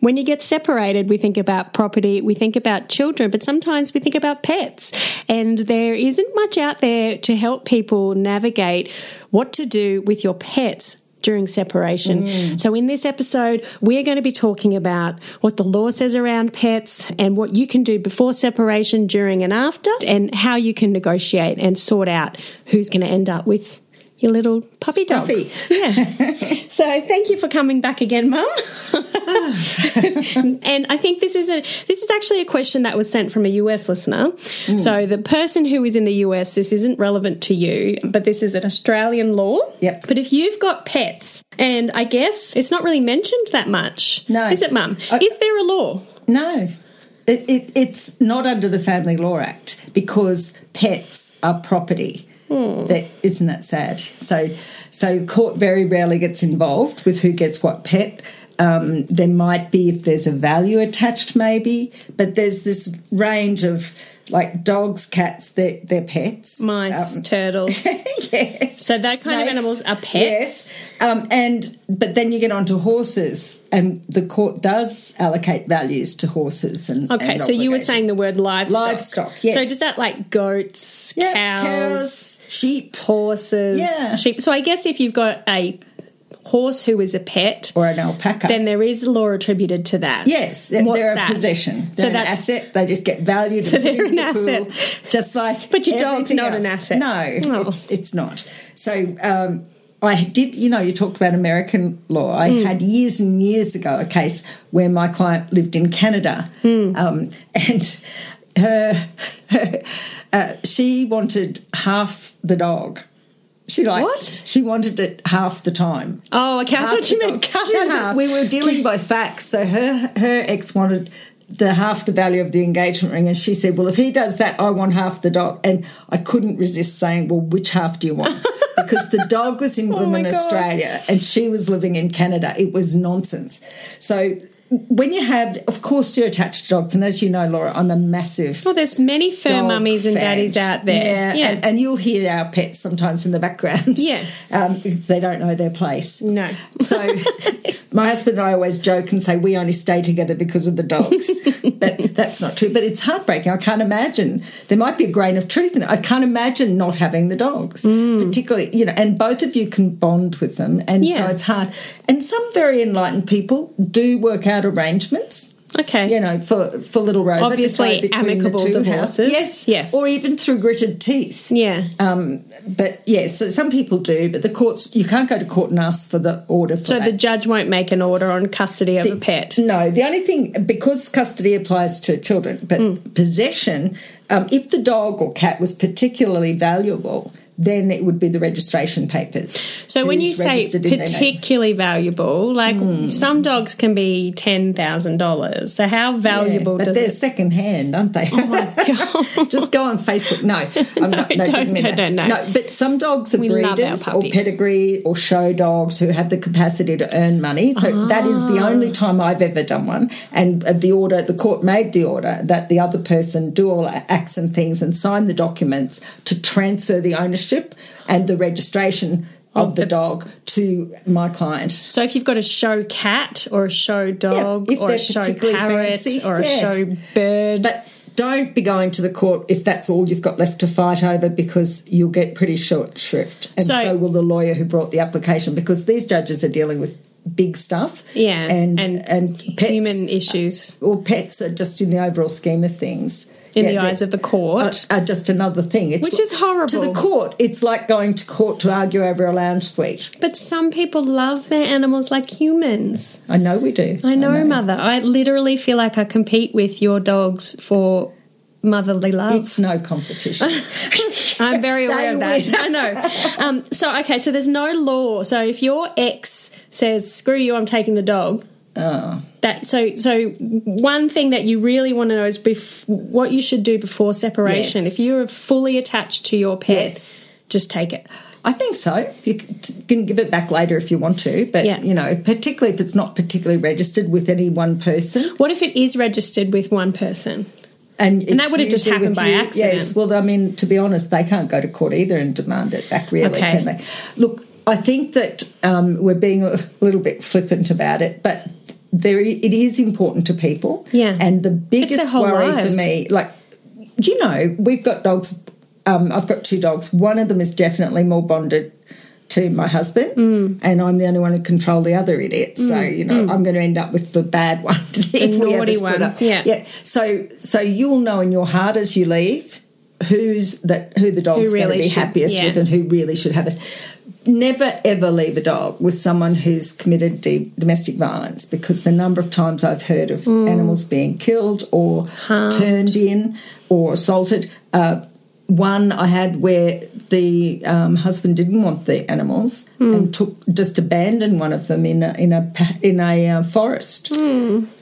When you get separated, we think about property, we think about children, but sometimes we think about pets. And there isn't much out there to help people navigate what to do with your pets. During separation. So, in this episode, we're going to be talking about what the law says around pets and what you can do before separation, during, and after, and how you can negotiate and sort out who's going to end up with your little puppy dog. Scruffy. Yeah. so, thank you for coming back again, Mum Ah. and I think this is a this is actually a question that was sent from a US listener. Hmm. So the person who is in the US, this isn't relevant to you, but this is an Australian law. Yep. But if you've got pets, and I guess it's not really mentioned that much. No. Is it, Mum? I- is there a law? No, it, it, it's not under the Family Law Act because pets are property. That isn't that sad. So, so court very rarely gets involved with who gets what pet. Um, there might be if there's a value attached, maybe, but there's this range of like dogs, cats, they're, they're pets. Um, Mice, turtles. yes. So that kind of animals are pets? Yes. Um, and but then you get onto horses, and the court does allocate values to horses. And Okay, and so you were obligations. saying the word livestock. Livestock, yes. So does that like goats, Yeah, cows, sheep, horses, Yeah. sheep? So I guess if you've got a horse who is a pet, or an alpaca. then there is law attributed to that. yes, they're, What's they're a that? possession. They're So an that's- asset. They just get valued. So they're an asset. just like. But your dog's everything not an else. asset. No, Oh. it's, it's not. So. Um, I did, you know, you talked about American law. I Hmm. had years and years ago a case where my client lived in Canada, Hmm. um, and her, uh, she wanted half the dog. She like What? she wanted it half the time. Oh, okay. I thought you Half the meant dog. cut No, in no, half. We were dealing by facts. So her her ex wanted the half the value of the engagement ring, and she said, "Well, if he does that, I want half the dog." And I couldn't resist saying, "Well, which half do you want?" Because the dog was in Blooming Oh God. Australia and she was living in Canada. It was nonsense. So when you have, of course, you're attached to dogs, and as you know, Laura, I'm a massive Well, there's many fur dog mummies and fans. daddies out there. Yeah, Yeah. And, and you'll hear our pets sometimes in the background. Yeah. um, if they don't know their place. No. So my husband and I always joke and say we only stay together because of the dogs, but that's not true. But it's heartbreaking. I can't imagine. There might be a grain of truth in it. I can't imagine not having the dogs, Mm. particularly you know. And both of you can bond with them, and so Yeah. it's hard. And some very enlightened people do work out arrangements okay. you know, for for little Rover Obviously to go between amicable the two divorces. houses. yes, Yes. or even through gritted teeth. Yeah. Um, but yes, so some people do, but the courts you can't go to court and ask for the order. For so the that. judge won't make an order on custody of a pet. no, the only thing because custody applies to children, but Hmm. possession, um, if the dog or cat was particularly valuable. Then it would be the registration papers. So when you who's say registered in their name. Hmm. particularly valuable, like some dogs can be ten thousand dollars. So how valuable Yeah, but does they're it? Oh second hand, aren't they? Just go on Facebook. No, I'm not, no, don't- didn't don't- mean that. don't, no. no. But some dogs are love our breeders or puppies. pedigree or show dogs who have the capacity to earn money. So that is the only Ah. time I've ever done one. And of the order, the court made the order that the other person do all our acts and things and sign the documents to transfer the ownership and the registration of, the, dog to my client. So if you've got a show cat or a show dog if or they're a show particularly parrot fancy, or yes. a show bird, But don't be going to the court if that's all you've got left to fight over because you'll get pretty short shrift. And So- so, will the lawyer who brought the application because these judges are dealing with big stuff. yeah, And and, and, pets human issues or pets are just in the overall scheme of things. in Uh, Yeah, the they- eyes of the court. are, are just another thing. It's Which is To horrible. the court, it's like going to court to argue over a lounge suite. But some people love their animals like humans. I know we do. I know, mother. I literally feel like I compete with your dogs for motherly love. It's no competition. I'm very They aware of that. win. I know. Um, so, okay, so there's no law. So, if your ex says, screw you, I'm taking the dog. Oh. That so so one thing that you really want to know is bef- what you should do before separation. Yes. If you're fully attached to your pet, Yes. just take it. I think so. You c- can give it back later if you want to, but Yeah. you know, particularly if it's not particularly registered with any one person, What if it is registered with one person? and that it's would have just usually with happened by you- accident. Yes. Well, I mean, to be honest, they can't go to court either and demand it back, really, Okay. can they? Look, I think that um, we're being a little bit flippant about it, but there it is important to people. Yeah. And the biggest whole worry lives. for me, like, you know, we've got dogs. Um, I've got two dogs. One of them is definitely more bonded to my husband, Mm. and I'm the only one who control the other idiot. So you know, I'm going to end up with the bad one if we ever naughty split one. up. Yeah. yeah. So so you'll know in your heart as you leave who's that who the dog's going really to be should- happiest yeah. with and who really should have it. Never ever leave a dog with someone who's committed de- domestic violence because the number of times I've heard of Mm. animals being killed or turned in or assaulted. Uh, one I had where the um, husband didn't want the animals Mm. and took just abandoned one of them in a in a pa- in a uh, forest.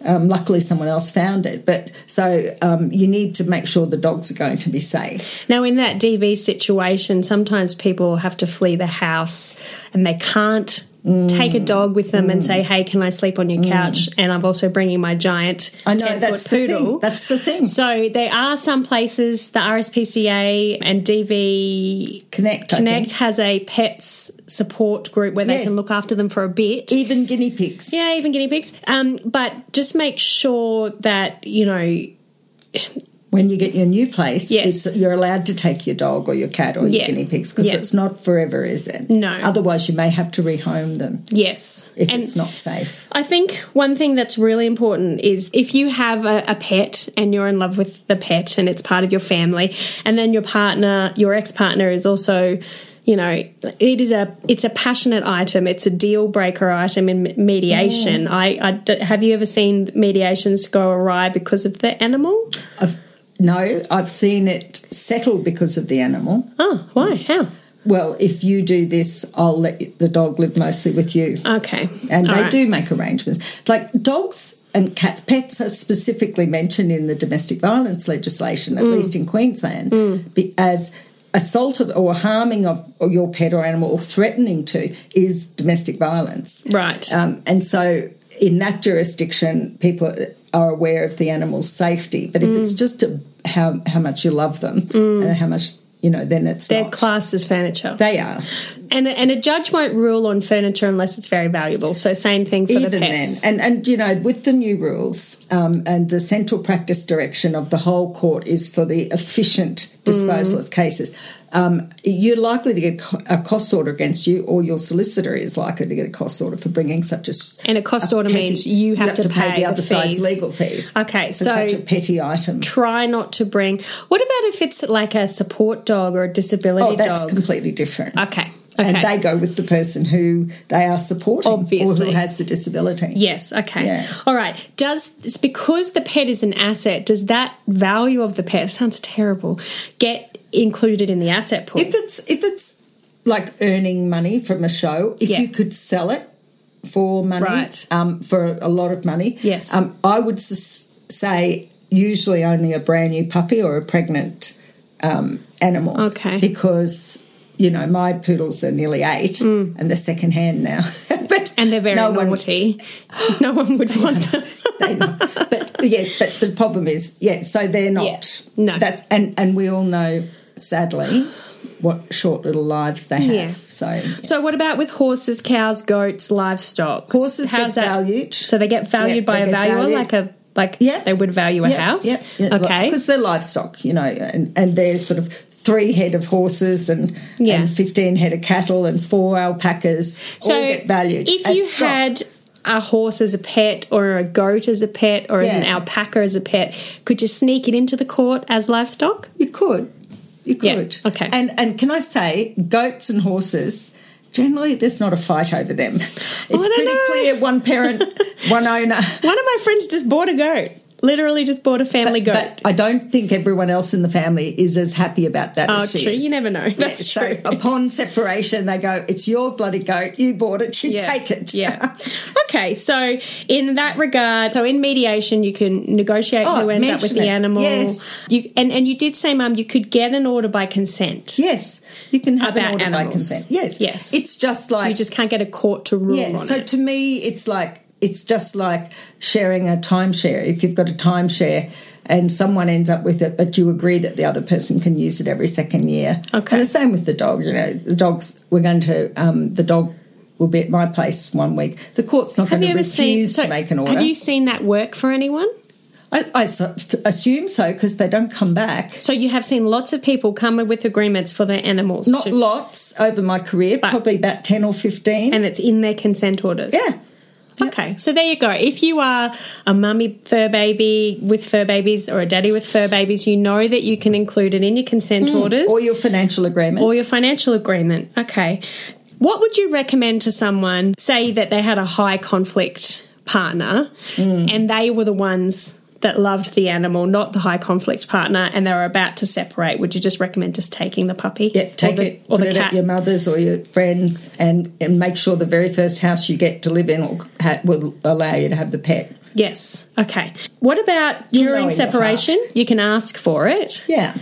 Um, luckily, someone else found it. But so um, you need to make sure the dogs are going to be safe. Now, in that DV situation, sometimes people have to flee the house and they can't take Mm. a dog with them and say, Hey, can I sleep on your couch? And I'm also bringing my giant 10 I know foot that's the poodle. thing. That's the thing. so there are some places, the RSPCA and DV Connect. I Connect think. has a pets support group where they Yes. can look after them for a bit. Even guinea pigs. Yeah, even guinea pigs. Um, but just make sure that, you know, When you get your new place, Yes. it's, you're allowed to take your dog or your cat or your Yeah. guinea pigs because Yeah. it's not forever, is it? No. Otherwise, you may have to rehome them yes. if it's not safe. I think one thing that's really important is if you have a, a pet and you're in love with the pet and it's part of your family, and then your partner, your ex partner, is also, you know, it is a it's a passionate item. It's a deal breaker item in me- mediation. Mm. I I d have you ever seen mediations go awry because of the animal? I've, no, I've seen it settled because of the animal. Oh, why? How? Well, if you do this, I'll let you- the dog live mostly with you. Okay, and All they right. do make arrangements. Like dogs and cats, pets are specifically mentioned in the domestic violence legislation, at least in Queensland, be- as assault of, or harming of or your pet or animal or threatening to is domestic violence. Right. Um, and so in that jurisdiction, people are aware of the animal's safety. But if it's just a, how, how much you love them and how much, you know, then it's They're not. classed as furniture. they are. And, and a judge won't rule on furniture unless it's very valuable. So, same thing for the even then pets. and and you know with the new rules um, and the central practice direction of the whole court is for the efficient disposal of cases um, you're likely to get co- a cost order against you or your solicitor is likely to get a cost order for bringing such a s- And a cost order petty- means you have, to, pay, the other side's fees. legal fees Okay, for so such a petty item try not to bring. What about if it's like a support dog or a disability oh that's dog? completely different Okay, and okay. they go with the person who they are supporting or Obviously. who has the disability Yes. Okay. Yeah. All right. Does it's because the pet is an asset? Does that value of the pet sounds terrible? Get included in the asset pool. if it's if it's like earning money from a show, if Yeah. you could sell it for money, Right. um, for a lot of money, Yes. um, I would s- say usually only a brand new puppy or a pregnant um, animal, Okay. because. You know, my poodles are nearly eight and they're second hand now. but Mm. and they're very no one- naughty. no one would want them. they know. But yes, but the problem is, yeah, so they're not. Yeah, no. That's, and, and we all know, sadly, what short little lives they have. Yeah. So So, what about with horses, cows, goats, livestock? horses How's get that- valued. So they get valued Yeah, by they a get valuer, valued. like a like Yeah. they would value a house. Yep, okay. Because they're livestock, you know, and, and they're sort of three head of horses and, Yeah. and 15 head of cattle and four alpacas all get valued. If as you stock. had a horse as a pet or a goat as a pet or as an Yeah. alpaca as a pet, could you sneak it into the court as livestock? You could. You Yeah, could. okay. And and can I say goats and horses generally there's not a fight over them. It's Oh, don't pretty know. clear one parent, one owner. One of my friends just bought a goat. Literally just bought a family goat. But I don't think everyone else in the family is as happy about that Oh, as she true. is. You never know. Yeah, That's so true. upon separation they go, It's your bloody goat, you bought it, you Yeah. take it. yeah. Okay, so in that regard, so in mediation, you can negotiate Oh, who ends up with mention the it. animal. Yes. You and and you did say, Mum, you could get an order by consent. Yes, you can have About an order by animals. consent. Yes, Yes. It's just like You just can't get a court to rule yeah. on So it. to me, it's like it's just like sharing a timeshare. If you've got a timeshare and someone ends up with it, but you agree that the other person can use it every second year. Okay. And the same with the dog. You know, the dogs. We're going to um, the dog will be at my place one week. The court's not Have you going ever to refuse seen? so to make an order. Have you seen that work for anyone? I, I su- assume so because they don't come back. So you have seen lots of people come with agreements for their animals, Not to- lots over my career, probably about ten or fifteen. and it's in their consent orders. yeah. Okay, so there you go. If you are a mummy fur baby with fur babies or a daddy with fur babies, you know that you can include it in your consent orders Mm. Or your financial agreement. or your financial agreement. Okay. What would you recommend to someone, say that they had a high conflict partner Mm. and they were the ones that loved the animal, not the high conflict partner, and they were about to separate? Would you just recommend just taking the puppy? Yep, take or the, it, Or put the it cat? at your mother's or your friends, and, and make sure the very first house you get to live in will, ha- will allow you to have the pet. Yes. Okay. What about You'll know during in your heart. separation? You can ask for it. Yeah,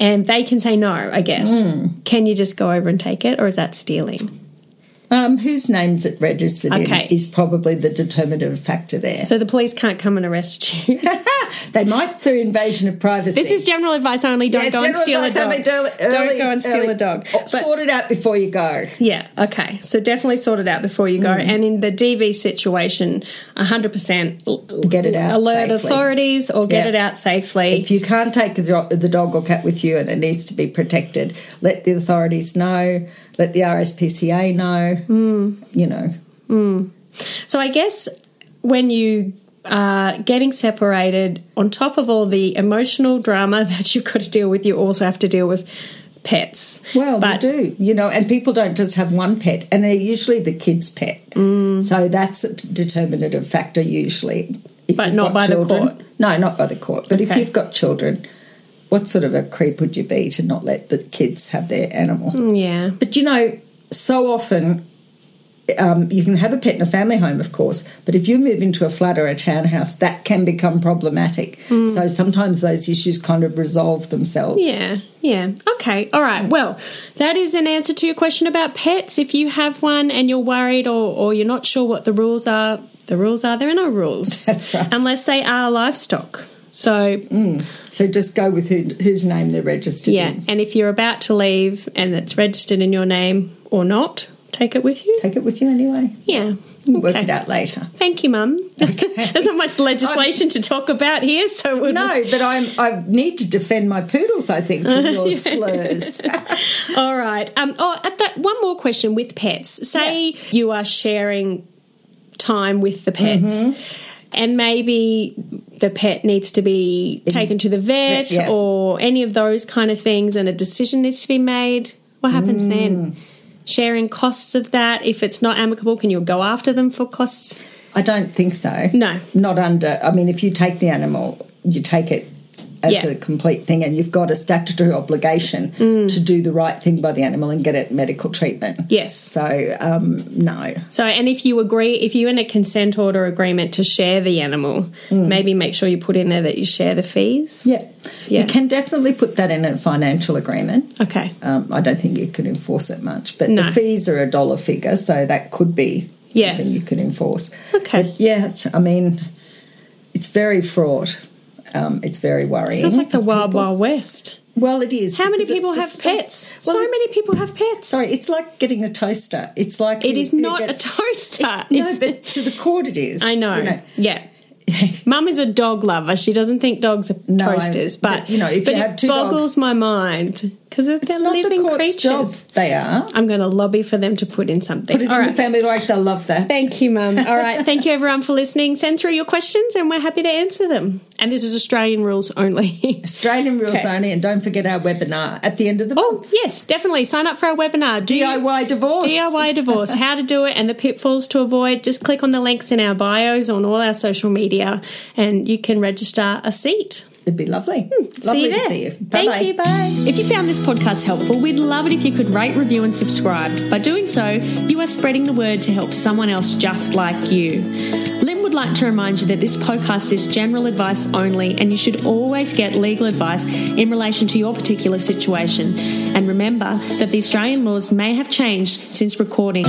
and they can say no, I guess. Hmm. Can you just go over and take it, or is that stealing? um, whose name's it registered Okay. in is probably the determinative factor there. So the police can't come and arrest you. They might through invasion of privacy. this is general advice only. Don't Yes, go and general steal a advice, dog. only do it Don't early- go and steal early. a dog. Oh, But- sort it out before you go. Yeah. Okay. So definitely sort it out before you go. Mm. And in the DV situation, 100% l- Get it out alert safely. authorities or get Yeah. it out safely. If you can't take the, dro- the dog or cat with you and it needs to be protected, let the authorities know, let the RSPCA know, Hmm. you know. So I guess when you are getting separated, on top of all the emotional drama that you've got to deal with, you also have to deal with pets. Well, but they do, you know, and people don't just have one pet, and they're usually the kid's pet. Mm. So that's a determinative factor usually. If But you've not got by the children- court. No, not by the court. But if Okay. you've got children, what sort of a creep would you be to not let the kids have their animal? yeah. But you know, so often um, you can have a pet in a family home, of course, but if you move into a flat or a townhouse, that can become problematic. Mm. So sometimes those issues kind of resolve themselves. Yeah, yeah. Okay, all Mm. right. Well, that is an answer to your question about pets. If you have one and you're worried or, or you're not sure what the rules are, the rules are there are no rules. That's right. Mm-hmm. Unless they are livestock. So, So just go with who, whose name they're registered yeah. in. And if you're about to leave and it's registered in your name or not, take it with you. Take it with you anyway. Yeah. We'll Work Okay. it out later. Thank you, Mum. There's not much legislation to talk about here, so we'll just No, but I'm I need to defend my poodles. I think from your slurs. All right. Um, oh, at that, one more question with pets. Say you are sharing time with the pets. And maybe the pet needs to be taken to the vet Yeah. or any of those kind of things, and a decision needs to be made. What happens then? Sharing costs of that. If it's not amicable, can you go after them for costs? I don't think so. No. not under. I mean, if you take the animal, you take it as Yeah. a complete thing, and you've got a statutory obligation Mm. to do the right thing by the animal and get it medical treatment. Yes. So um, no, So, and if you agree, if you're in a consent order agreement to share the animal, maybe make sure you put in there that you share the fees. yeah. Yeah. you can definitely put that in a financial agreement. Okay. Um, I don't think you could enforce it much, but No. the fees are a dollar figure, so that could be Yes. something you could enforce. Okay. But yes, I mean, it's very fraught. Um, it's very worrying. Sounds like the Wild Wild West. well, it is. How many because it's people have just stuff- pets? Well, so it's- many people have pets. Sorry, it's like getting a toaster. It's like It who- is who not gets- a toaster. No, It's- but to the court it is. I know. you Yeah. Mum is a dog lover. She doesn't think dogs are No, I- toasters, but, but, you know, if but you it have two boggles dogs- my mind because they're It's not living the court's creatures. job. They are. I'm going to lobby for them to put in something. Put it All in right. the family like they love that. Thank you, Mum. All right. Thank you, everyone, for listening. Send through your questions, and we're happy to answer them. And this is Australian rules only. Australian rules Okay. only, and don't forget our webinar at the end of the oh, yes, definitely. Sign up for our webinar. Do you- DIY divorce. DIY divorce, how to do it, and the pitfalls to avoid. Just click on the links in our bios on all our social media and you can register a seat. It'd be lovely. lovely Hmm. see you to there. see you. Thank Bye-bye. you. Bye. If you found this podcast helpful, we'd love it if you could rate, review, and subscribe. By doing so, you are spreading the word to help someone else just like you. Lynn would like to remind you that this podcast is general advice only, and you should always get legal advice in relation to your particular situation. And remember that the Australian laws may have changed since recording.